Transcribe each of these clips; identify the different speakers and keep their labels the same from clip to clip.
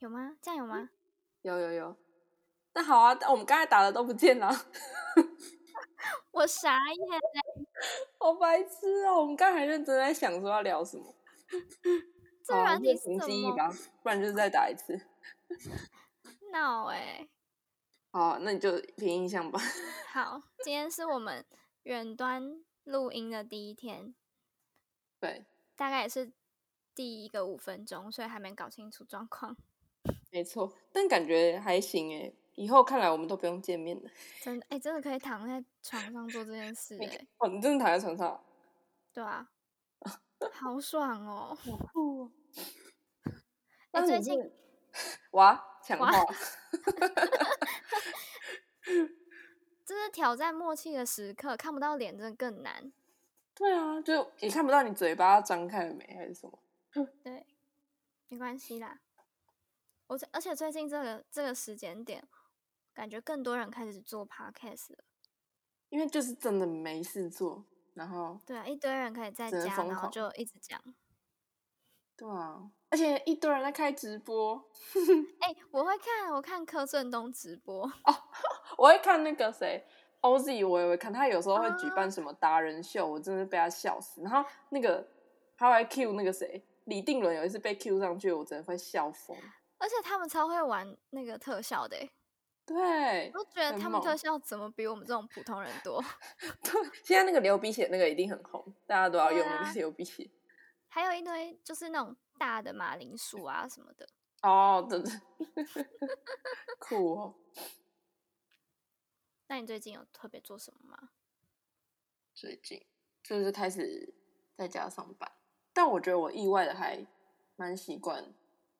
Speaker 1: 有吗？这样有吗？
Speaker 2: 有有有。那好啊，但我们刚才打的都不见了，
Speaker 1: 我傻眼，
Speaker 2: 好白痴哦！我们刚才认真在想说要聊什么。
Speaker 1: 这
Speaker 2: 好
Speaker 1: 软
Speaker 2: 就
Speaker 1: 体是
Speaker 2: 凭
Speaker 1: 什
Speaker 2: 记忆
Speaker 1: 么
Speaker 2: 吧，不然就是再打一次。
Speaker 1: 闹哎、
Speaker 2: 好，那你就凭印象吧。
Speaker 1: 好，今天是我们远端录音的第一天，
Speaker 2: 对，
Speaker 1: 大概也是第一个五分钟，所以还没搞清楚状况。
Speaker 2: 没错，但感觉还行诶。以后看来我们都不用见面了。
Speaker 1: 真的哎、真的可以躺在床上做这件事哎、
Speaker 2: 哦，你真的躺在床上啊？
Speaker 1: 对 啊，好爽哦！
Speaker 2: 哦，
Speaker 1: 哎、
Speaker 2: 那
Speaker 1: 最
Speaker 2: 你
Speaker 1: 近
Speaker 2: 是 哇，强
Speaker 1: 哇
Speaker 2: 化，
Speaker 1: 这是挑战默契的时刻，看不到脸真的更难。
Speaker 2: 对啊，就你看不到你嘴巴张开了没，还是什么？
Speaker 1: 对，没关系啦。我最而且最近这个这个时间点，感觉更多人开始做 podcast 了。
Speaker 2: 因为就是真的没事做，然后
Speaker 1: 对啊，一堆人可以在
Speaker 2: 只能
Speaker 1: 家，
Speaker 2: 疯
Speaker 1: 然后
Speaker 2: 狂
Speaker 1: 就一直讲。
Speaker 2: 对啊，而且一堆人在开直播，
Speaker 1: 哎、我会看，我看柯震东直播。
Speaker 2: 我会看那个谁 OZ，我也会看，他有时候会举
Speaker 1: 啊
Speaker 2: 办什么达人秀，我真的被他笑死。然后那个他还 Q 那个谁李定伦，有一次被 Q 上去，我真的快笑疯。
Speaker 1: 而且他们超会玩那个特效的欸、
Speaker 2: 对
Speaker 1: 我，都觉得
Speaker 2: 很
Speaker 1: 他们特
Speaker 2: 猛
Speaker 1: 效怎么比我们这种普通人多？
Speaker 2: 对， 现在那个流鼻血那个一定很红，大家都要
Speaker 1: 对
Speaker 2: 用那
Speaker 1: 啊
Speaker 2: 个流鼻血。
Speaker 1: 还有一堆就是那种大的马铃薯啊什么的。
Speaker 2: 哦，对对， 酷哦。
Speaker 1: 那你最近有特别做什么吗？
Speaker 2: 最近就是开始在家上班，但我觉得我意外的还蛮习惯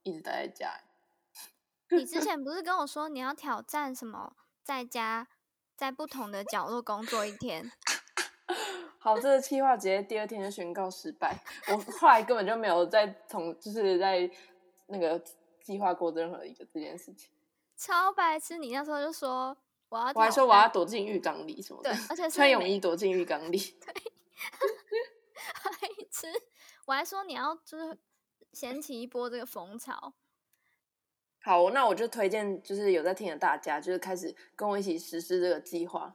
Speaker 2: 一直待在家。欸
Speaker 1: 你之前不是跟我说你要挑战什么，在家在不同的角落工作一天？
Speaker 2: 好，这个计划直接第二天就宣告失败。我后来根本就没有再从，就是在那个计划过任何一个这件事情。
Speaker 1: 超白痴！你那时候就说我要挑战，
Speaker 2: 我还说我要躲进浴缸里什么的
Speaker 1: 对，而且是
Speaker 2: 穿泳
Speaker 1: 每
Speaker 2: 衣躲进浴缸里。
Speaker 1: 白痴，我还说你要就是掀起一波这个风潮。
Speaker 2: 好，那我就推荐，就是有在听的大家，就是开始跟我一起实施这个计划。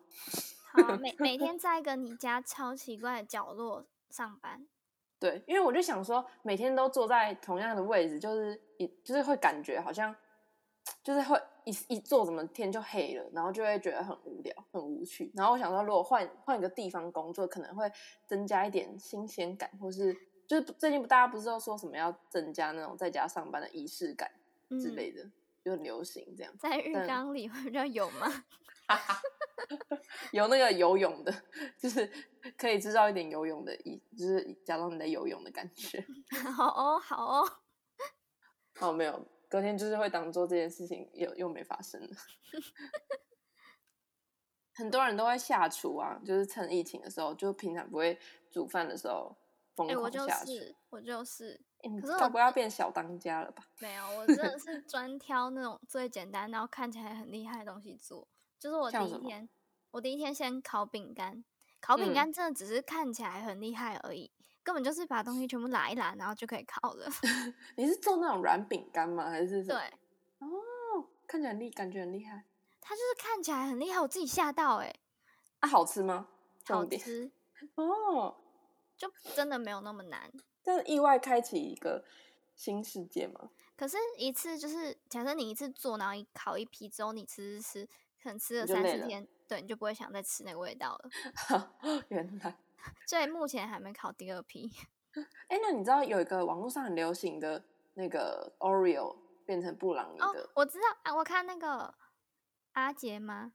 Speaker 1: 好啊， 每每天在一个你家超奇怪的角落上班，
Speaker 2: 对，因为我就想说，每天都坐在同样的位置，就是一就是会感觉好像，就是会一一坐怎么天就黑了，然后就会觉得很无聊、很无趣。然后我想说，如果换换一个地方工作，可能会增加一点新鲜感，或是就是最近大家不是都说什么要增加那种在家上班的仪式感
Speaker 1: 嗯，
Speaker 2: 之类的，就很流行这样。
Speaker 1: 在浴
Speaker 2: 但
Speaker 1: 缸里会比较有吗？
Speaker 2: 有那个游泳的， 就是可以制造一点游泳的仪，就是假装你在游泳的感觉。
Speaker 1: 好哦，好哦。
Speaker 2: 哦，没有，隔天就是会当做这件事情又又没发生了。 很多人都会下厨啊，就是趁疫情的时候，就平常不会煮饭的时候疯
Speaker 1: 哎、我
Speaker 2: 狂
Speaker 1: 就
Speaker 2: 下厨。
Speaker 1: 是，我就是，
Speaker 2: 诶你
Speaker 1: 可是
Speaker 2: 该
Speaker 1: 我
Speaker 2: 不要变小当家了吧？
Speaker 1: 没有，我真的 是专挑那种最简单，然后看起来很厉害的东西做。就是我第
Speaker 2: 像
Speaker 1: 一
Speaker 2: 什么
Speaker 1: 天，我第一天先烤饼干，烤饼
Speaker 2: 嗯
Speaker 1: 干真的只是看起来很厉害而已，根本就是把东西全部拉一拉，然后就可以烤了。
Speaker 2: 你是做那种软饼干吗？还是什么？
Speaker 1: 对，
Speaker 2: 哦，看起来很厉，感觉很厉害。
Speaker 1: 它就是看起来很厉害，我自己吓到哎、
Speaker 2: 啊，好吃吗？
Speaker 1: 好
Speaker 2: 重点
Speaker 1: 吃，
Speaker 2: 哦，
Speaker 1: 就真的没有那么难。
Speaker 2: 这意外开启一个新世界嘛。
Speaker 1: 可是，一次就是假设你一次做，然后你烤一批之后，你吃吃吃，可能吃了
Speaker 2: 你就
Speaker 1: 三
Speaker 2: 累
Speaker 1: 四
Speaker 2: 了
Speaker 1: 天，对，你就不会想再吃那个味道了。
Speaker 2: 原来，
Speaker 1: 所以目前还没烤第二批。
Speaker 2: 哎、那你知道有一个网络上很流行的那个 Oreo 变成布朗尼
Speaker 1: 哦
Speaker 2: 的？，
Speaker 1: 我知道啊，我看那个阿杰吗？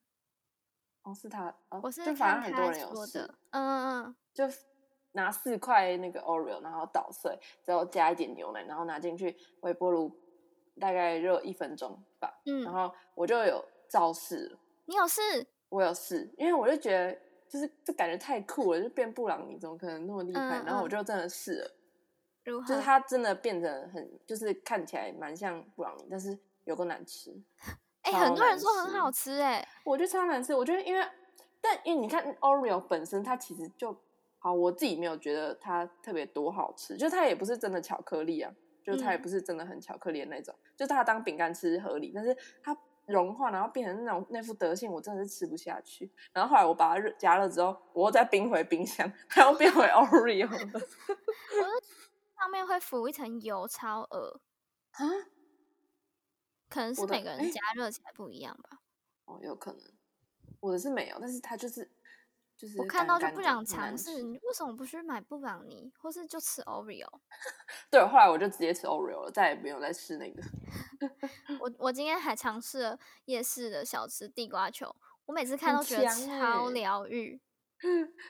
Speaker 2: 哦，是他，哦、
Speaker 1: 我是
Speaker 2: 就反
Speaker 1: 看
Speaker 2: 正很
Speaker 1: 他
Speaker 2: 多人有
Speaker 1: 说
Speaker 2: 试
Speaker 1: 的，，嗯嗯嗯，
Speaker 2: 就拿四块那个 Oreo，然后捣碎，之后加一点牛奶，然后拿进去微波炉，大概热一分钟吧。
Speaker 1: 嗯
Speaker 2: 然后我就有照试了，
Speaker 1: 你有事？
Speaker 2: 我有试，因为我就觉得就是这感觉太酷了，就变布朗尼怎么可能那么厉害？
Speaker 1: 嗯
Speaker 2: 然后我
Speaker 1: 嗯
Speaker 2: 就真的试了，
Speaker 1: 如
Speaker 2: 就是
Speaker 1: 何？
Speaker 2: 它真的变得很，就是看起来蛮像布朗尼，但是有够难吃。
Speaker 1: 哎、
Speaker 2: 超
Speaker 1: 很多人
Speaker 2: 难
Speaker 1: 说很
Speaker 2: 吃
Speaker 1: 好吃、哎，
Speaker 2: 我觉得超难吃。我觉得因为，但因为你看 Oreo 本身它其实就好，我自己没有觉得它特别多好吃，就它也不是真的巧克力啊，就是它也
Speaker 1: 嗯
Speaker 2: 不是真的很巧克力的那种，就它当饼干吃合理，但是它融化然后变成那种那副德性，我真的是吃不下去。然后后来我把它热加热之后，我又再冰回冰箱，它又变回 Oreo 了
Speaker 1: 上面会浮一层油，超恶，
Speaker 2: 啊！
Speaker 1: 可能是
Speaker 2: 我的
Speaker 1: 每个
Speaker 2: 哎
Speaker 1: 人加热起来不一样吧。
Speaker 2: 哦，有可能我的是没有，但是它就是就是
Speaker 1: 我看到
Speaker 2: 干
Speaker 1: 就
Speaker 2: 干
Speaker 1: 不
Speaker 2: 的
Speaker 1: 想
Speaker 2: 很
Speaker 1: 尝
Speaker 2: 难
Speaker 1: 试，
Speaker 2: 吃
Speaker 1: 你为什么不去买布朗尼，或是就吃 Oreo？
Speaker 2: 对，后来我就直接吃 Oreo 了，再也没有再吃那个。
Speaker 1: 我我今天还尝试了夜市的小吃地瓜球，我每次看
Speaker 2: 很
Speaker 1: 都觉得
Speaker 2: 强
Speaker 1: 超
Speaker 2: 欸
Speaker 1: 疗愈。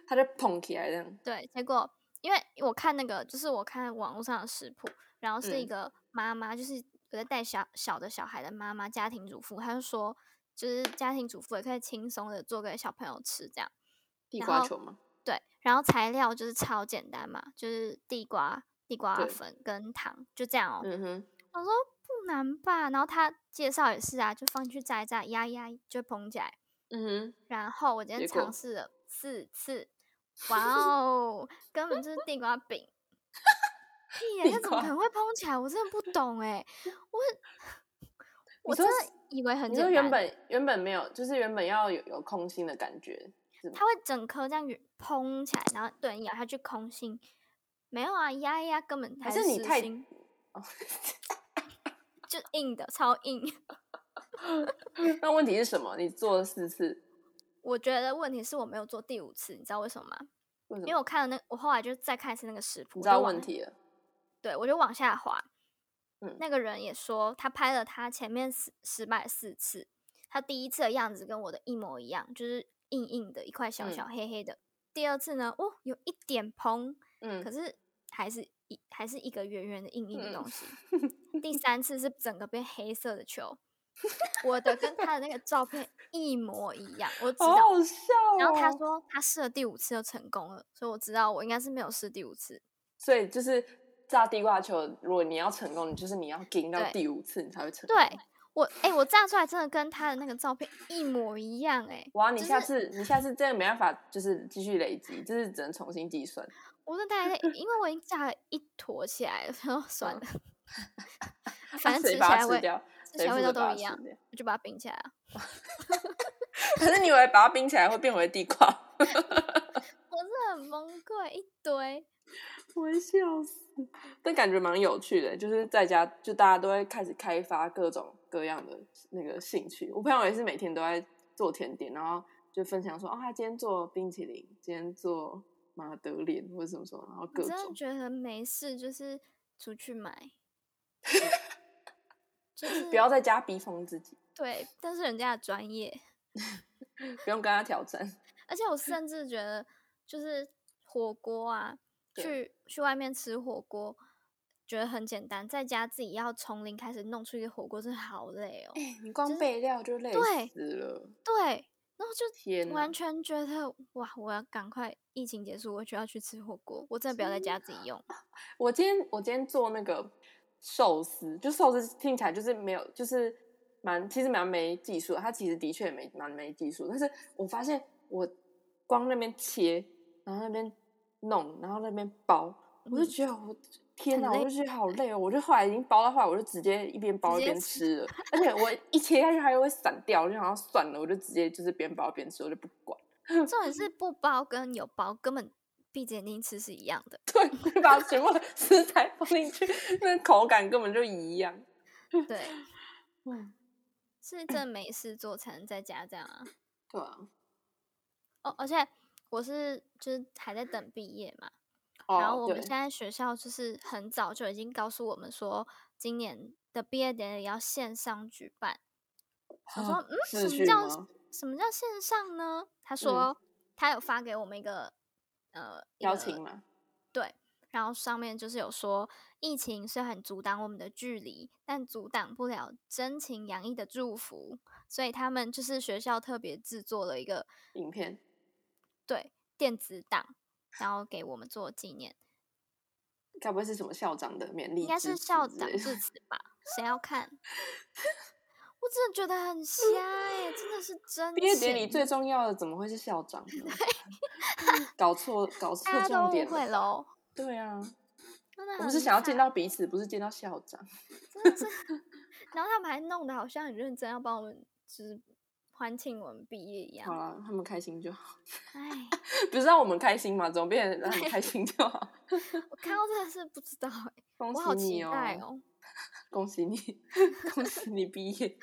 Speaker 2: 它就捧起来这样，
Speaker 1: 对，结果因为我看那个，就是我看网络上的食谱，然后是一
Speaker 2: 嗯
Speaker 1: 个妈妈，就是有在带小小的小孩的妈妈，家庭主妇，她就说，就是家庭主妇也可以轻松的做给小朋友吃这样。
Speaker 2: 地
Speaker 1: 然
Speaker 2: 瓜
Speaker 1: 后
Speaker 2: 球嘛，
Speaker 1: 对，然后材料就是超简单嘛，就是地瓜、地瓜
Speaker 2: 对
Speaker 1: 粉跟糖，就这样哦。
Speaker 2: 嗯哼，
Speaker 1: 我说不难吧，然后他介绍也是啊，就放进去炸一炸，压一压就蓬起来。
Speaker 2: 嗯哼。
Speaker 1: 然后我今天
Speaker 2: 结果
Speaker 1: 尝试了四次，哇哦，根本就是地瓜饼。屁呀、
Speaker 2: 地
Speaker 1: 那怎么
Speaker 2: 瓜
Speaker 1: 可能会蓬起来？我真的不懂哎、我我
Speaker 2: 说
Speaker 1: 真
Speaker 2: 是
Speaker 1: 的以为很
Speaker 2: 你
Speaker 1: 简
Speaker 2: 说
Speaker 1: 单，
Speaker 2: 原本原本没有，就是原本要有有空心的感觉，是吗
Speaker 1: 它？会整颗这样圆蓬起来，然后对你咬下去空心。没有啊，压一压根本
Speaker 2: 还
Speaker 1: 是
Speaker 2: 是你
Speaker 1: 实
Speaker 2: 太
Speaker 1: 心
Speaker 2: 哦
Speaker 1: 就硬的，超硬。
Speaker 2: 那问题是什么？你做了四次，
Speaker 1: 我觉得问题是我没有做第五次，你知道为什么吗？
Speaker 2: 为什
Speaker 1: 因为
Speaker 2: 么？
Speaker 1: 我看了那，我后来就再看一次那个食谱，
Speaker 2: 你
Speaker 1: 我
Speaker 2: 知
Speaker 1: 就
Speaker 2: 道
Speaker 1: 往
Speaker 2: 问题了，
Speaker 1: 对，我就往下滑。
Speaker 2: 嗯
Speaker 1: 那个人也说他拍了他前面失失败四次，他第一次的样子跟我的一模一样，就是硬硬的一块小
Speaker 2: 嗯
Speaker 1: 小黑黑的。第二次呢，哦，有一点蓬，可
Speaker 2: 嗯，
Speaker 1: 是还是一还是一个圆圆的硬硬的
Speaker 2: 嗯
Speaker 1: 东西。 第三次是整个变黑色的球，我的跟他的那个照片一模一样，我知
Speaker 2: 好
Speaker 1: 道。
Speaker 2: 好笑哦。
Speaker 1: 然后他说他试了第五次就成功了，所以我知道我应该是没有试第五次。
Speaker 2: 所以就是炸地瓜球，如果你要成功，你就是你要盯到
Speaker 1: 对
Speaker 2: 第五次你才会成功。
Speaker 1: 对，我，哎、我炸出来真的跟他的那个照片一模一样、哎，
Speaker 2: 哇，你
Speaker 1: 就
Speaker 2: 下
Speaker 1: 是
Speaker 2: 次你下次真的没办法，就是继续累积，就是只能重新计算。
Speaker 1: 我真的 太累，因为我已经炸了一坨起来了，然后算
Speaker 2: 嗯
Speaker 1: 了， 反 正吃
Speaker 2: 谁
Speaker 1: 起
Speaker 2: 把
Speaker 1: 来
Speaker 2: 它吃
Speaker 1: 味，
Speaker 2: 掉？
Speaker 1: 吃起来
Speaker 2: 谁
Speaker 1: 味
Speaker 2: 负责
Speaker 1: 道都
Speaker 2: 把它
Speaker 1: 一
Speaker 2: 吃
Speaker 1: 样，
Speaker 2: 掉
Speaker 1: 我就把它冰起来啊。
Speaker 2: 可是你以为把它冰起来会变回地瓜？
Speaker 1: 我真的很崩溃，一堆。
Speaker 2: 我会笑死！但感觉蛮有趣的，就是在家就大家都会开始开发各种各样的那个兴趣。我朋友也是每天都在做甜点，然后就分享说，哦，他今天做冰淇淋，今天做马德莲或者什么什么，然后
Speaker 1: 我
Speaker 2: 各
Speaker 1: 真的
Speaker 2: 种。
Speaker 1: 觉得没事，就是出去 买，就是
Speaker 2: 不要在家逼疯自己，
Speaker 1: 对，但是人家的专业，
Speaker 2: 不用跟他挑战。
Speaker 1: 而且我甚至觉得，就是火锅啊，
Speaker 2: 对
Speaker 1: 去去外面吃火锅，觉得很简单，在家自己要从零开始弄出一个火锅，真的好累哦。
Speaker 2: 哎、你光备料就累
Speaker 1: 对
Speaker 2: 死了，
Speaker 1: 对，然后就
Speaker 2: 天哪
Speaker 1: 完！全觉得哇，我要赶快疫情结束，我就要去吃火锅，我真的不要在家自己用。啊
Speaker 2: 我今天我今天做那个寿司，就寿司听起来就是没有，就是蛮其实蛮没技术的，它其实的确也没蛮没技术，但是我发现我光那边切，然后那边弄，然后那边包，我就
Speaker 1: 嗯
Speaker 2: 觉得我。天哪，
Speaker 1: 很
Speaker 2: 我
Speaker 1: 累
Speaker 2: 就觉得好累哦！我就后来已经包到后来，我就直接一边包
Speaker 1: 直
Speaker 2: 一
Speaker 1: 接
Speaker 2: 边
Speaker 1: 吃
Speaker 2: 吃了，而且我一切下去它又会散掉，我就想要算了，我就直接就是边包边吃，我就不管。
Speaker 1: 重点是不包跟有包根本闭着眼睛吃是一样的。
Speaker 2: 对，就把全部的 食材放进去，那口感根本就一样。
Speaker 1: 对，
Speaker 2: 嗯，
Speaker 1: 是真的没事做才能在家这样啊。
Speaker 2: 对啊。
Speaker 1: 哦，而且我是就是还在等毕业嘛，
Speaker 2: 哦，
Speaker 1: 然后我们
Speaker 2: 对
Speaker 1: 现在学校就是很早就已经告诉我们说，今年的毕业典礼要线上举办。我说，
Speaker 2: 啊
Speaker 1: 嗯，
Speaker 2: 视
Speaker 1: 什么
Speaker 2: 讯
Speaker 1: 叫
Speaker 2: 吗嗯
Speaker 1: 什么叫线上呢？他说、他有发给我们一个呃一
Speaker 2: 邀
Speaker 1: 个
Speaker 2: 请嘛，
Speaker 1: 对，然后上面就是有说，疫情虽然阻挡我们的距离，但阻挡不了真情洋溢的祝福，所以他们就是学校特别制作了一个
Speaker 2: 影片
Speaker 1: 对电子档，然后给我们做纪念，
Speaker 2: 该不会是什么校长的勉励？
Speaker 1: 应该是校长致辞吧？谁要 看？我真的觉得很瞎哎、真的是真
Speaker 2: 毕业典礼
Speaker 1: 情
Speaker 2: 最重要的怎么会是校长呢？搞错，搞错
Speaker 1: 大家
Speaker 2: 重
Speaker 1: 都误
Speaker 2: 点
Speaker 1: 会
Speaker 2: 了吧。
Speaker 1: 喽。
Speaker 2: 对啊，
Speaker 1: 那的
Speaker 2: 我
Speaker 1: 很
Speaker 2: 们是想要
Speaker 1: 惨
Speaker 2: 见到彼此，不是见到校长。
Speaker 1: 真 的是，然后他们还弄得好像很认真要帮我们，就是欢庆我们毕业一
Speaker 2: 好
Speaker 1: 样。
Speaker 2: 了，他们开心就好，
Speaker 1: 哎，
Speaker 2: 不是让我们开心嘛，总变得让你开心就好。
Speaker 1: 我看到真的是不知道欸、
Speaker 2: 恭
Speaker 1: 我好期
Speaker 2: 喜你
Speaker 1: 待
Speaker 2: 哦
Speaker 1: 哦。
Speaker 2: 恭 喜你，恭喜你毕业！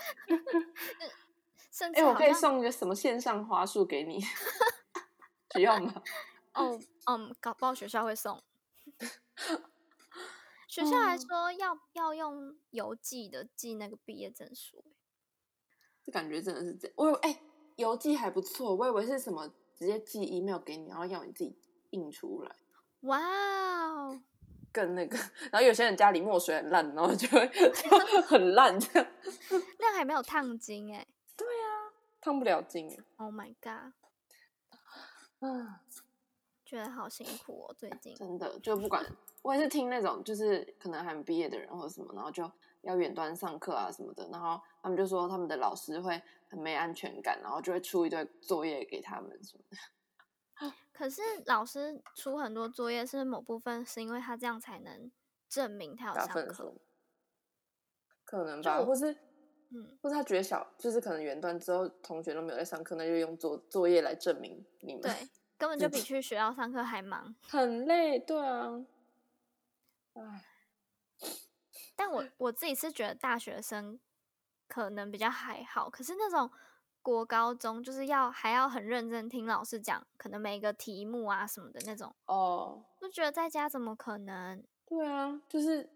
Speaker 1: 甚
Speaker 2: 哎、
Speaker 1: 至好
Speaker 2: 我可以
Speaker 1: 像
Speaker 2: 送一个什么线上花束 给你？不用吗？
Speaker 1: 哦，嗯，搞不好学校会送。学校还
Speaker 2: 哦
Speaker 1: 说要要用邮寄的寄那个毕业证书，欸
Speaker 2: 这感觉真的是这，我以为哎、邮寄还不错，我以为是什么直接寄 email 给你，然后要你自己印出来，
Speaker 1: 哇哦！
Speaker 2: 更那个。 然后有些人家里墨水很烂，然后就 会就很烂，这样
Speaker 1: 那还没有烫金哎、
Speaker 2: 烫不了金啊。
Speaker 1: o h my god，
Speaker 2: 嗯，
Speaker 1: 觉得好辛苦哦，最近。
Speaker 2: 真的，就不管我也是听那种就是可能还没毕业的人或者什么，然后就要远端上课啊什么的，然后他们就说他们的老师会很没安全感，然后就会出一堆作业给他们什么的。
Speaker 1: 可是老师出很多作业，是某部分是因为他这样才能证明他有
Speaker 2: 打
Speaker 1: 上
Speaker 2: 分
Speaker 1: 课。
Speaker 2: 数，可能
Speaker 1: 就
Speaker 2: 吧，
Speaker 1: 我
Speaker 2: 或是
Speaker 1: 嗯，
Speaker 2: 或是他觉得小，就是可能远端之后同学都没有在上课，那就用作作业来证明你们。
Speaker 1: 对，根本就比去学校上课还忙。
Speaker 2: 很累，对啊。唉，
Speaker 1: 但我我自己是觉得大学生可能比较还好，可是那种国高中就是要还要很认真听老师讲，可能每一个题目啊什么的那种，
Speaker 2: 哦，
Speaker 1: 就觉得在家怎么可能？
Speaker 2: 对啊，就是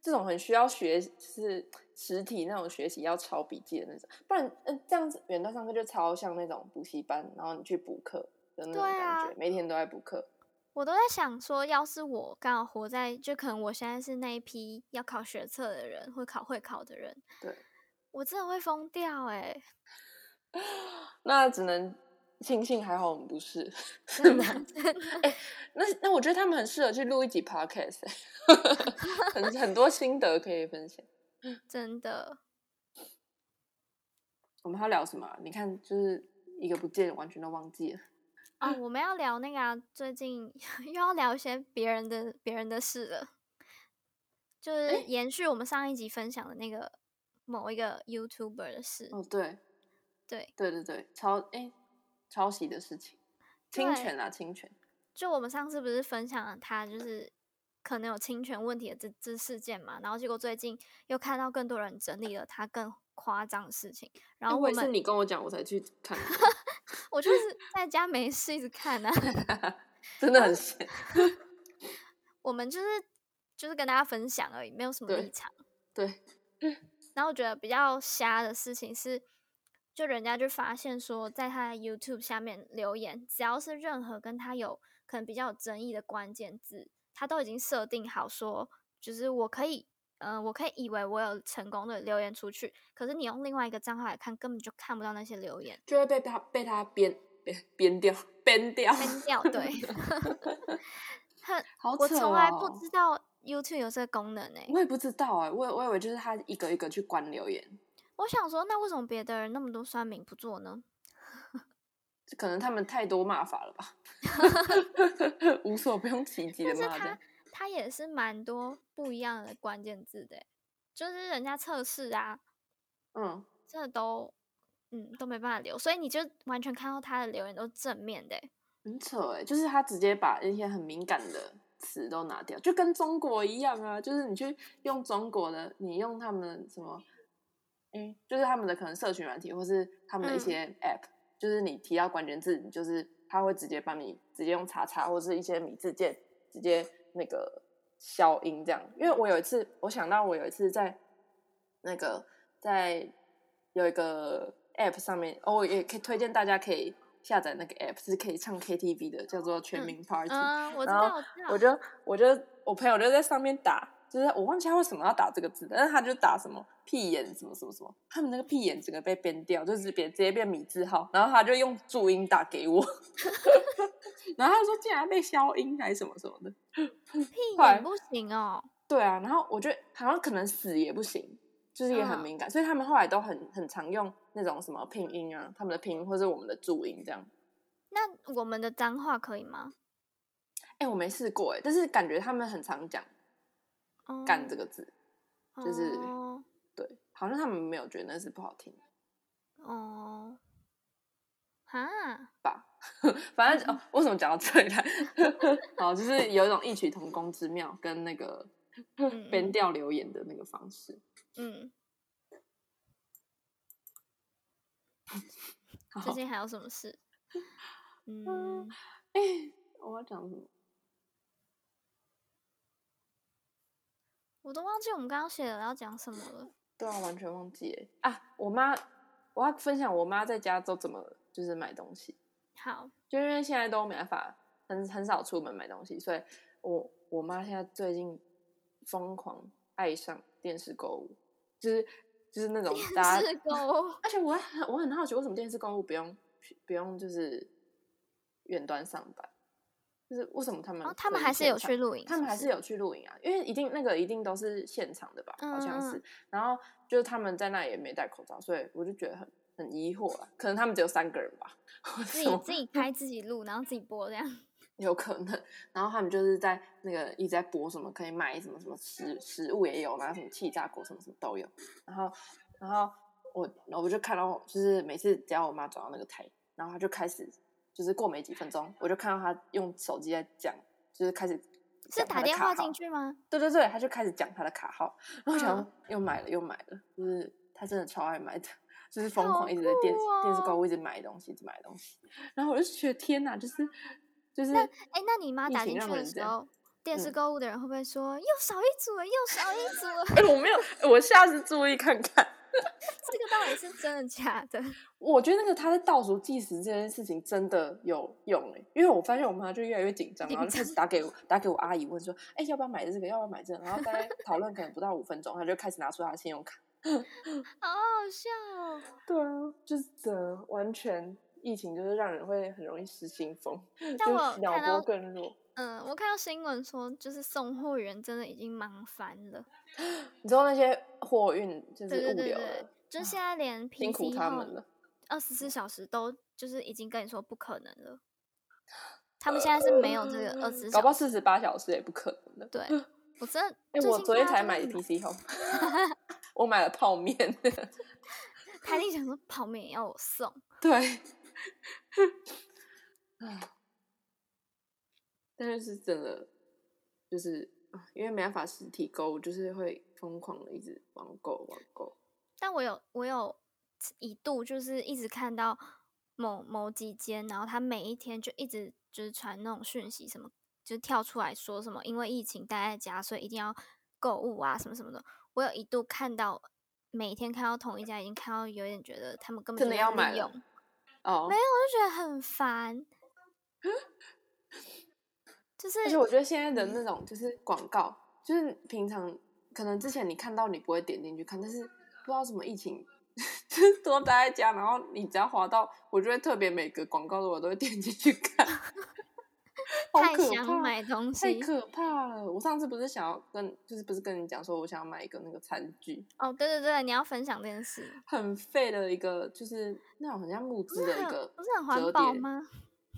Speaker 2: 这种很需要学，就是实体那种学习要抄笔记的那种，不然呃这样子远端上课就超像那种补习班，然后你去补课的那种
Speaker 1: 对
Speaker 2: 感
Speaker 1: 啊
Speaker 2: 觉，每天都在补课。
Speaker 1: 我都在想说，要是我刚好活在，就可能我现在是那一批要考学测的人，会考会考的人，
Speaker 2: 对，
Speaker 1: 我真的会疯掉哎、
Speaker 2: 那只能庆幸还好我们不是，是
Speaker 1: 真
Speaker 2: 吗哎
Speaker 1: 的？真 的
Speaker 2: 那那我觉得他们很适合去录一集 podcast，很欸 很多心得可以分享。
Speaker 1: 真的，
Speaker 2: 我们还要聊什么啊？你看，就是一个不见，完全都忘记了。
Speaker 1: 哦，我们要聊那个、啊、最近 又要聊一些别人的别人的事了，就是
Speaker 2: 诶
Speaker 1: 延续我们上一集分享的那个某一个 YouTuber 的事。
Speaker 2: 哦，对
Speaker 1: 对，
Speaker 2: 对对对，抄哎、抄袭的事情，侵
Speaker 1: 对
Speaker 2: 权啊，侵权。
Speaker 1: 就我们上次不是分享了他就是可能有侵权问题的这这事件嘛，然后结果最近又看到更多人整理了他更夸张的事情，然
Speaker 2: 哎
Speaker 1: 后
Speaker 2: 我
Speaker 1: 我
Speaker 2: 也是
Speaker 1: 们
Speaker 2: 你跟我讲，我才去看的，
Speaker 1: 我就是在家没事一直看啊，
Speaker 2: 真的 很闲。
Speaker 1: 我们就是就是跟大家分享而已，没有什么
Speaker 2: 对
Speaker 1: 立场。
Speaker 2: 对，
Speaker 1: 然后我觉得比较瞎的事情是，就人家就发现说，在他的 YouTube 下面留言，只要是任何跟他有可能比较有争议的关键字，他都已经设定好说，就是我可以，呃，我可以以为我有成功的留言出去，可是你用另外一个账号来看，根本就看不到那些留言
Speaker 2: 就会被他被他编编编掉， 编掉，
Speaker 1: 删掉。对，很，
Speaker 2: 好
Speaker 1: 哎我
Speaker 2: 扯
Speaker 1: 从来不
Speaker 2: 哦
Speaker 1: 知道 YouTube 有这个功能欸诶、
Speaker 2: 我也不知道哎、我以我以为就是他一个一个去关留言，
Speaker 1: 我想说，那为什么别的人那么多酸民不做呢？
Speaker 2: 可能他们太多骂法 了吧，无所不用其极的
Speaker 1: 但是
Speaker 2: 骂
Speaker 1: 它
Speaker 2: 的。
Speaker 1: 它也是蛮多不一样的关键字的欸，就是人家测试啊，
Speaker 2: 嗯，
Speaker 1: 真的都嗯都没办法留，所以你就完全看到他的留言都是正面的欸，
Speaker 2: 很扯哎、就是他直接把一些很敏感的词都拿掉，就跟中国一样啊，就是你去用中国的，你用他们的什么，嗯，就是他们的可能社群软体或是他们的一
Speaker 1: 嗯
Speaker 2: 些 app，、就是你提到关键字，你就是他会直接帮你直接用叉叉或是一些米字键直接那个消音这样。因为我有一次，我想到我有一次在那个在有一个 app 上面，哦，我也可以推荐大家可以下载那个 app，是可以唱 KTV 的，叫做全
Speaker 1: 嗯
Speaker 2: 民 Party。
Speaker 1: 嗯，我知
Speaker 2: 然后
Speaker 1: 道，我知道，
Speaker 2: 我就我就我朋友就在上面打，就是我忘记他为什么要打这个字，但是他就打什么屁眼什么什么什么，他们那个屁眼整个被编掉，就是别直接变米字号，然后他就用注音打给我，然后他说竟然被消音还是什么什么的，
Speaker 1: 屁
Speaker 2: 坏
Speaker 1: 眼不行哦，
Speaker 2: 对啊，然后我觉得好像可能死也不行，就是也很
Speaker 1: 嗯
Speaker 2: 敏感，所以他们后来都很很常用那种什么拼音啊，他们的拼音或者我们的注音这样。
Speaker 1: 那我们的脏话可以吗？
Speaker 2: 哎、我没试过哎，但是感觉他们很常讲，
Speaker 1: 哦
Speaker 2: “干”这个字，就是
Speaker 1: 哦
Speaker 2: 对，好像他们没有觉得那是不好听
Speaker 1: 哦，哈，
Speaker 2: 吧。反正哦，为什么讲到这里来？ 好，就是有一种异曲同工之妙，跟那个
Speaker 1: 嗯
Speaker 2: 编调留言的那个方式。
Speaker 1: 嗯，
Speaker 2: 好
Speaker 1: 最，近还有什么 事？嗯，
Speaker 2: 哎、我要讲什么？
Speaker 1: 我都忘记我们刚刚写了要讲什么了。
Speaker 2: 对啊，完全忘记耶啊！我妈，我要分享我妈在家都怎么就是买东西，
Speaker 1: 好，
Speaker 2: 就因为现在都没办法，很很少出门买东西，所以我我妈现在最近疯狂爱上电视购物，就是就是那种大家
Speaker 1: 是，狗，
Speaker 2: 而且我很我很好奇，为什么电视购物不用不用就是远端上班，就是为什么他们
Speaker 1: 然后哦他们
Speaker 2: 可以
Speaker 1: 还是
Speaker 2: 线
Speaker 1: 有
Speaker 2: 上
Speaker 1: 去露营，
Speaker 2: 他们还是
Speaker 1: 有，
Speaker 2: 有去露营啊，因为一定那个一定都是现场的吧，好像
Speaker 1: 嗯嗯
Speaker 2: 是。然后就是他们在那里也没戴口罩，所以我就觉得很很疑惑啊，可能他们只有三个人吧， 或
Speaker 1: 自
Speaker 2: 者什
Speaker 1: 己
Speaker 2: 么
Speaker 1: 自 己开自己录，然后自己播这样。
Speaker 2: 有可能。然后他们就是在那个一直在播什么可以买什么什么食食物也有，然后啊什么气炸锅什么什么都有。然后然后我我就看到，就是每次只要我妈转到那个台，然后她就开始就是过没几分钟，我就看到她用手机在讲，就是开始。
Speaker 1: 是打电话进
Speaker 2: 去。
Speaker 1: 去吗？
Speaker 2: 对对对，他就开始讲他的卡号，然后我想说
Speaker 1: 嗯
Speaker 2: 又买了又买了，就是他真的超爱买的，就是疯
Speaker 1: 好
Speaker 2: 狂一直在电、
Speaker 1: 酷哦
Speaker 2: 电视购物一直买东西，一直买东西，然后我就觉得天哪，就是就是
Speaker 1: 哎、那你妈
Speaker 2: 疫
Speaker 1: 打进
Speaker 2: 情让
Speaker 1: 去的
Speaker 2: 人这
Speaker 1: 时
Speaker 2: 样
Speaker 1: 候，电视
Speaker 2: 嗯
Speaker 1: 购物的人会不会说又少一组了，又少一组了？
Speaker 2: 哎、我没有，我下次注意看看。
Speaker 1: 这个到底是真的假的？
Speaker 2: 我觉得那个他在倒数计时这件事情真的有用哎、因为我发现我妈就越来越紧张，然后就开始打给我打给我阿姨问说，哎、要不要买这个，要不要买这个，然后大概讨论可能不到五分钟，她就开始拿出她的信用卡，
Speaker 1: 好好笑哦！
Speaker 2: 对啊，就是这完全疫情就是让人会很容易失心疯，
Speaker 1: 但我
Speaker 2: 就
Speaker 1: 有
Speaker 2: 脑
Speaker 1: 看到
Speaker 2: 波更弱。
Speaker 1: 嗯，我看到新闻说，就是送货员真的已经忙翻了。
Speaker 2: 你知道那些货运就是
Speaker 1: 对对
Speaker 2: 物
Speaker 1: 对
Speaker 2: 流
Speaker 1: 对
Speaker 2: 的，，
Speaker 1: 就现在连 PC
Speaker 2: 辛苦他们了。
Speaker 1: 二十四小时都就是已经跟你说不可能了。他们现在是没有这个二十四
Speaker 2: 呃搞
Speaker 1: 小
Speaker 2: 不好
Speaker 1: 时。
Speaker 2: 四十八小时也不可能的。
Speaker 1: 对，我 真的，
Speaker 2: 哎、
Speaker 1: 最
Speaker 2: 我
Speaker 1: 近
Speaker 2: 昨
Speaker 1: 大
Speaker 2: 天
Speaker 1: 家
Speaker 2: 才
Speaker 1: 都
Speaker 2: 买
Speaker 1: 在
Speaker 2: PC Home，我买了泡面。
Speaker 1: 台里想说泡面也要我送，
Speaker 2: 对，唉但是是真的，就是啊因为没办法实体购物，就是会疯狂的一直网购网购。
Speaker 1: 但我有我有一度就是一直看到某某几间，然后他每一天就一直就是传那种讯息，什么就是跳出来说什么因为疫情待在家，所以一定要购物啊什么什么的。我有一度看到每天看到同一家，已经看到有点觉得他们根本
Speaker 2: 真
Speaker 1: 就
Speaker 2: 的
Speaker 1: 在
Speaker 2: 要买
Speaker 1: 利
Speaker 2: 了
Speaker 1: 用，
Speaker 2: 哦，
Speaker 1: 没有我就觉得很烦，就是
Speaker 2: 而且我觉得现在
Speaker 1: 嗯
Speaker 2: 的那种就是广告，就是平常可能之前你看到你不会点进去看，但是不知道什么疫情， 就是多待在家，然后你只要滑到，我就会特别每个广告的我都会点进去看，好
Speaker 1: 太
Speaker 2: 可
Speaker 1: 想
Speaker 2: 怕
Speaker 1: 买东
Speaker 2: 太
Speaker 1: 西
Speaker 2: 可怕了！我上次不是想要跟，就是不是跟你讲说我想要买一个那个餐具，
Speaker 1: 哦，对对对，你要分享这件事，
Speaker 2: 很废的一个，就是那种很像木质
Speaker 1: 是
Speaker 2: 的一
Speaker 1: 很
Speaker 2: 个
Speaker 1: 不是很环
Speaker 2: 折
Speaker 1: 保
Speaker 2: 叠
Speaker 1: 吗？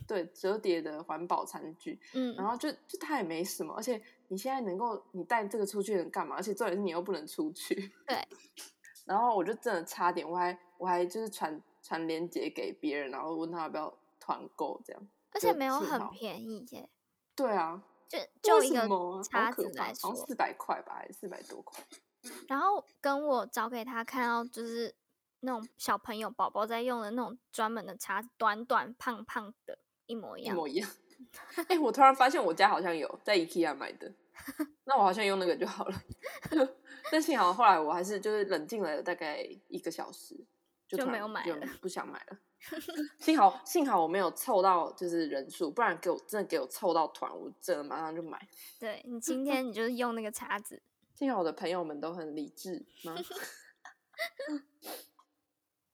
Speaker 2: 对，折叠的环保餐具，
Speaker 1: 嗯，
Speaker 2: 然后就就它也没什么，而且你现在能够你带这个出去能干嘛？而且重点是你又不能出去。
Speaker 1: 对。
Speaker 2: 然后我就真的差点，我还我还就是传传链接给别人，然后问他要不要团购这样。
Speaker 1: 而且
Speaker 2: 就
Speaker 1: 没有
Speaker 2: 是
Speaker 1: 很
Speaker 2: 吗
Speaker 1: 便宜耶，
Speaker 2: 对啊，
Speaker 1: 就就
Speaker 2: 为
Speaker 1: 一
Speaker 2: 什
Speaker 1: 个
Speaker 2: 么啊好
Speaker 1: 叉
Speaker 2: 可
Speaker 1: 子
Speaker 2: 怕
Speaker 1: 来
Speaker 2: 好像
Speaker 1: 说
Speaker 2: 四百块吧，还是四百多块？
Speaker 1: 然后跟我找给他看到就是那种小朋友宝宝在用的那种专门的叉子，短短胖胖的，一模一
Speaker 2: 一
Speaker 1: 样。
Speaker 2: 模一 样。哎、我突然发现我家好像有在 IKEA 买的，那我好像用那个就好了。 但幸好后来我还是就是冷静了大概一个小时，
Speaker 1: 就
Speaker 2: 突然
Speaker 1: 没有买
Speaker 2: 就
Speaker 1: 了
Speaker 2: 不想买了。 幸好幸好我没有凑到就是人数，不然给我真的给我凑到团，我真的马上就买。
Speaker 1: 对你今天你就是用那个叉子，
Speaker 2: 幸好我的朋友们都很理智 吗？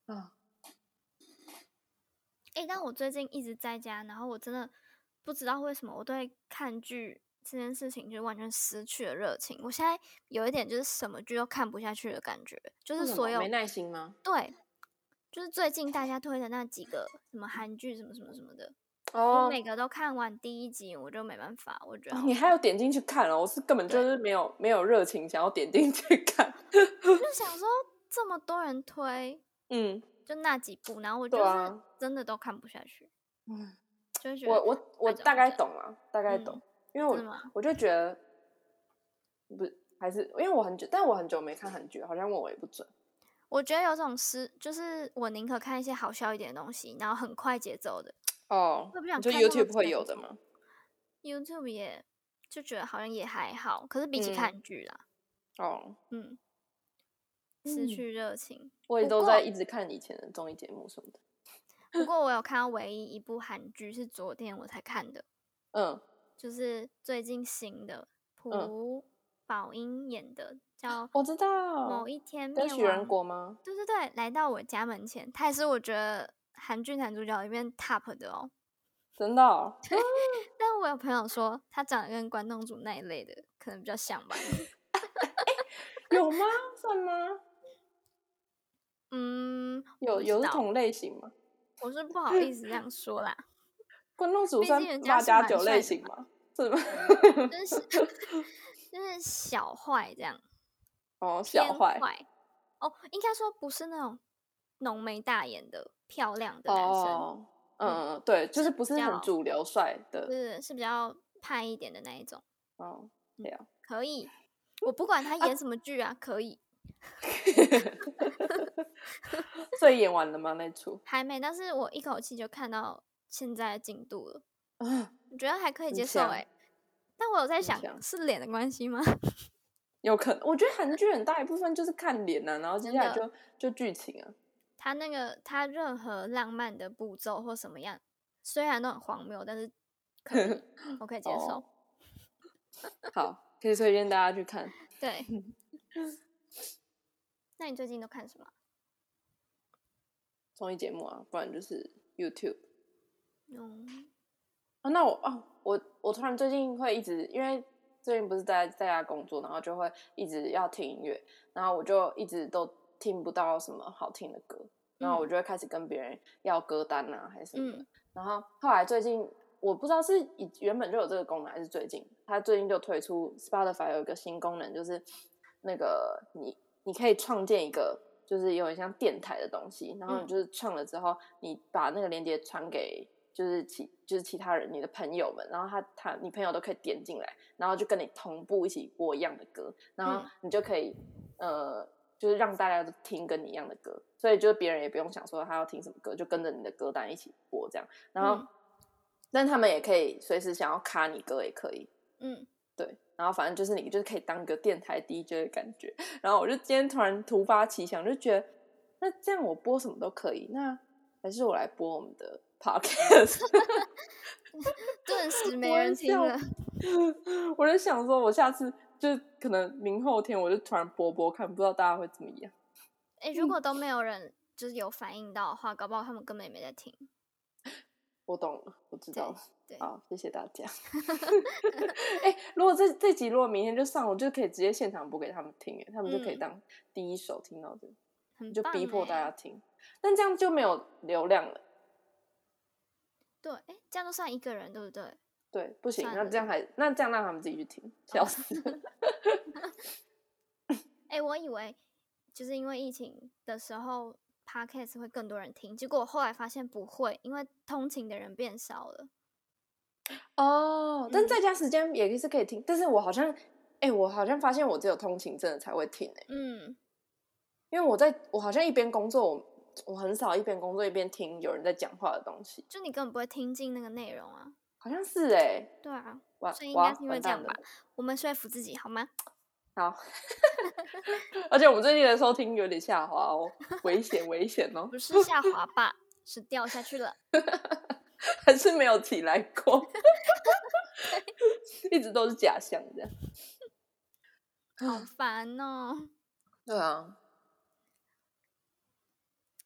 Speaker 2: 啊，
Speaker 1: 诶，但我最近一直在家，然后我真的不知道为什么我对看剧这件事情就完全失去了热情。我现在有一点就是什么剧都看不下去的感觉，就
Speaker 2: 为
Speaker 1: 是
Speaker 2: 什
Speaker 1: 所
Speaker 2: 么
Speaker 1: 有
Speaker 2: 没耐心吗？
Speaker 1: 对，就是最近大家推的那几个什么韩剧什么什么什么的，我
Speaker 2: 哦，
Speaker 1: 每个都看完第一集，我就没办法，我觉得
Speaker 2: 哦
Speaker 1: 好
Speaker 2: 你还有点进去看哦，我是根本就是没有没有热情想要点进去 看。
Speaker 1: 我 就想说这么多人推，
Speaker 2: 嗯，
Speaker 1: 就那几部，然后我就
Speaker 2: 对
Speaker 1: 是
Speaker 2: 啊
Speaker 1: 真的都看不下去，
Speaker 2: 嗯
Speaker 1: 就会觉
Speaker 2: 我
Speaker 1: 得
Speaker 2: 我我
Speaker 1: 种
Speaker 2: 大概
Speaker 1: 的
Speaker 2: 懂了，大概懂，因为我
Speaker 1: 真的吗
Speaker 2: 我就觉得不是还是因为我很久，但我很久没看韩剧了，好像问我也不准。
Speaker 1: 我觉得有种失，就是我宁可看一些好笑一点的东西，然后很快节奏的
Speaker 2: 哦
Speaker 1: 我也不想
Speaker 2: 你说
Speaker 1: 看那么
Speaker 2: YouTube 会有
Speaker 1: 久
Speaker 2: 的吗？
Speaker 1: YouTube 也就觉得好像也还好，可是比起
Speaker 2: 嗯
Speaker 1: 看剧啦，
Speaker 2: 哦，
Speaker 1: 嗯，失
Speaker 2: 嗯
Speaker 1: 去热情。
Speaker 2: 我也
Speaker 1: 不
Speaker 2: 都
Speaker 1: 过
Speaker 2: 在一直看以前的综艺节目什么的。
Speaker 1: 不 过我有看到唯一一部韩剧是昨天我才看的，
Speaker 2: 嗯，
Speaker 1: 就是最近新的朴宝英演的，叫
Speaker 2: 我知道
Speaker 1: 某，一天
Speaker 2: 哦跟
Speaker 1: 灭
Speaker 2: 许仁
Speaker 1: 亡
Speaker 2: 国吗？
Speaker 1: 对对对，来到我家门前，他也是我觉得韩剧男主角里面 top 的哦。
Speaker 2: 真的 哦、
Speaker 1: 但我有朋友说他长得跟关东煮那一类的可能比较像 吧。
Speaker 2: 有吗？算吗？
Speaker 1: 嗯，我
Speaker 2: 有
Speaker 1: 不知
Speaker 2: 有是
Speaker 1: 道
Speaker 2: 同类型吗？
Speaker 1: 我是不好意思这 样说啦，
Speaker 2: 关东煮
Speaker 1: 毕
Speaker 2: 算
Speaker 1: 竟人家
Speaker 2: 八
Speaker 1: 是
Speaker 2: 加
Speaker 1: 蛮
Speaker 2: 九
Speaker 1: 帅
Speaker 2: 类
Speaker 1: 的嗯
Speaker 2: 型吗？是吗？
Speaker 1: 就是就是小坏这样，
Speaker 2: 哦，小
Speaker 1: 偏
Speaker 2: 坏
Speaker 1: 哦，应该说不是那种浓眉大眼的漂亮的男生，
Speaker 2: 哦，嗯嗯，嗯对，就是不是
Speaker 1: 较
Speaker 2: 很主流帅
Speaker 1: 就
Speaker 2: 的
Speaker 1: 是是比较派一点的那一种，
Speaker 2: 哦，对啊，
Speaker 1: 可 以。我不管他演什么剧啊，可以
Speaker 2: 嗯所以演完了吗？那出
Speaker 1: 还没，但是我一口气就看到现在的进度了。
Speaker 2: 啊，
Speaker 1: 我觉得还可以
Speaker 2: 很
Speaker 1: 接受
Speaker 2: 强
Speaker 1: 哎、但我有在
Speaker 2: 很
Speaker 1: 想
Speaker 2: 强，
Speaker 1: 是脸的关系吗？
Speaker 2: 有可能，我觉得韩剧很大一部分就是看脸啊呐，然后接
Speaker 1: 真
Speaker 2: 下来
Speaker 1: 的
Speaker 2: 就就剧情啊，
Speaker 1: 他那个他任何浪漫的步骤或什么样，虽然都很荒谬，但是可 以，我可以接受。
Speaker 2: 哦好，可以推荐大家去看。
Speaker 1: 对，那你最近都看什么？
Speaker 2: 综艺节目啊，不然就是 YouTube
Speaker 1: 嗯，
Speaker 2: 啊。那我啊，我我突然最近会一直，因为最近不是在在家工作，然后就会一直要听音乐，然后我就一直都听不到什么好听的歌，然后我
Speaker 1: 嗯
Speaker 2: 就会开始跟别人要歌单啊，还是什么的。
Speaker 1: 嗯
Speaker 2: 然后后来最近我不知道是以原本就有这个功能，还是最近它最近就推出 Spotify 有一个新功能，就是那个你你可以创建一个就是有点像电台的东西，然后你
Speaker 1: 嗯
Speaker 2: 就是创了之后，你把那个链接传给。就是其就是其他人，你的朋友们，然后他他你朋友都可以点进来，然后就跟你同步一起播一样的歌，然后
Speaker 1: 嗯
Speaker 2: 你就可以呃，就是让大家都听跟你一样的歌，所以就是别人也不用想说他要听什么歌，就跟着你的歌单一起播这样。然后，
Speaker 1: 嗯
Speaker 2: 但他们也可以随时想要卡你歌也可以，
Speaker 1: 嗯，
Speaker 2: 对。然后反正就是你就是可以当个电台 DJ 的感觉。然后我就今天突然突发奇想，就觉得那这样我播什么都可以，那还是我来播我们的 podcast。
Speaker 1: 顿时没
Speaker 2: 我
Speaker 1: 人
Speaker 2: 很
Speaker 1: 听
Speaker 2: 想
Speaker 1: 了。
Speaker 2: 我就想说，我下次就可能明后天我就突然播播看，不知道大家会怎么样。
Speaker 1: 哎、如果都没有人就是有反应到的话，搞不好他们根本也没在听。
Speaker 2: 我懂了，我知道了。
Speaker 1: 对，
Speaker 2: 好，谢谢大 家。哎、如果这这集如果明天就上，我就可以直接现场播给他们听，哎，他们就可以
Speaker 1: 嗯
Speaker 2: 当第一手听到这，
Speaker 1: 很
Speaker 2: 就
Speaker 1: 棒
Speaker 2: 逼迫大
Speaker 1: 欸
Speaker 2: 家听。但这样就没有流量了，
Speaker 1: 对，哎、这样就算一个人，对不对？
Speaker 2: 对，不行。
Speaker 1: 算
Speaker 2: 那
Speaker 1: 了
Speaker 2: 这样还那这样让他们自己去听，笑死。
Speaker 1: 哎、我以为就是因为疫情的时候，podcast 会更多人听，结果我后来发现不会，因为通勤的人变少了。
Speaker 2: 哦，但
Speaker 1: 嗯
Speaker 2: 在家时间也是可以听，但是我好像，哎、我好像发现我只有通勤真的才会听、哎，
Speaker 1: 嗯，
Speaker 2: 因为我在我好像一边工作，我我很少一边工作一边听有人在讲话的东西，
Speaker 1: 就你根本不会听进那个内容啊。
Speaker 2: 好像是哎、
Speaker 1: 对啊，
Speaker 2: 完
Speaker 1: 所以应
Speaker 2: 哇
Speaker 1: 该是因为
Speaker 2: 完
Speaker 1: 这
Speaker 2: 蛋
Speaker 1: 样
Speaker 2: 了
Speaker 1: 吧。我们说服自己好吗？
Speaker 2: 好，而且我们最近的收听有点下滑哦，危险危险哦，
Speaker 1: 不是下滑吧，是掉下去了。
Speaker 2: 还是没有起来 过，一直都是假象这样。
Speaker 1: 好烦哦。
Speaker 2: 对啊，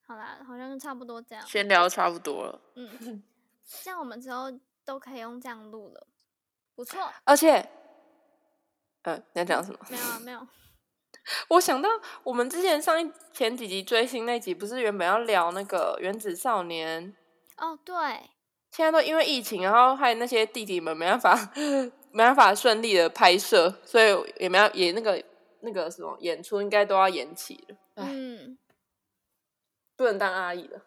Speaker 1: 好啦，好像就差不多这样。
Speaker 2: 闲聊差不多了，
Speaker 1: 嗯，这样我们之后都可以用这样录了，不错。
Speaker 2: 而且，呃，你要讲什么？
Speaker 1: 没有啊，没有。
Speaker 2: 我想到我们之前上一前几集追星那集，不是原本要聊那个原子少年，
Speaker 1: 哦，对，
Speaker 2: 现在都因为疫情，然后害那些弟弟们没办法 没办法顺利的拍摄，所以也没有也那个那个什么演出应该都要延期了，唉
Speaker 1: 嗯，
Speaker 2: 不能当阿姨了。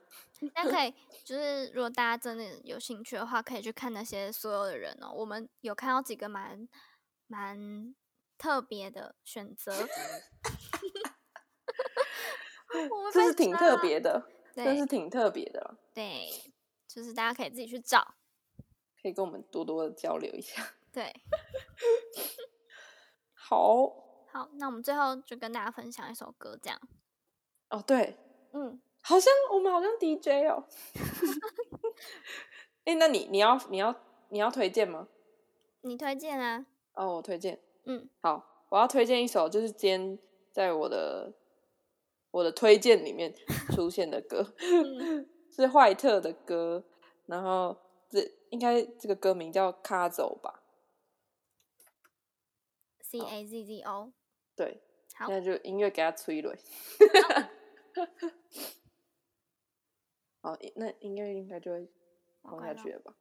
Speaker 1: 但可以就是如果大家真的有兴趣的话，可以去看那些所有的人哦。我们有看到几个蛮蛮特别的选择， 我们
Speaker 2: 这
Speaker 1: 被
Speaker 2: 是挺
Speaker 1: 抓
Speaker 2: 特别的，这是
Speaker 1: 对
Speaker 2: 挺特别的啦，
Speaker 1: 对，就是大家可以自己去找。
Speaker 2: 可以跟我们多多的交流一下。
Speaker 1: 对，
Speaker 2: 好
Speaker 1: 好，那我们最后就跟大家分享一首歌，这样，
Speaker 2: 哦，对，
Speaker 1: 嗯，
Speaker 2: 好像我们好像 DJ 哦。哎、那你你要你要你要推荐吗？
Speaker 1: 你推荐啊，
Speaker 2: 哦，我推荐，
Speaker 1: 嗯，
Speaker 2: 好，我要推荐一首，就是今天在我的我的推荐 里面出现的歌，
Speaker 1: 嗯
Speaker 2: 是坏特的歌，然后这应该这个歌名叫《卡走》吧？
Speaker 1: C A Z Z O。
Speaker 2: 对，
Speaker 1: 好
Speaker 2: 现，在就音乐给它催泪。 好，那音乐应该就会
Speaker 1: 好
Speaker 2: 放
Speaker 1: 快
Speaker 2: 下
Speaker 1: 咯
Speaker 2: 去了吧？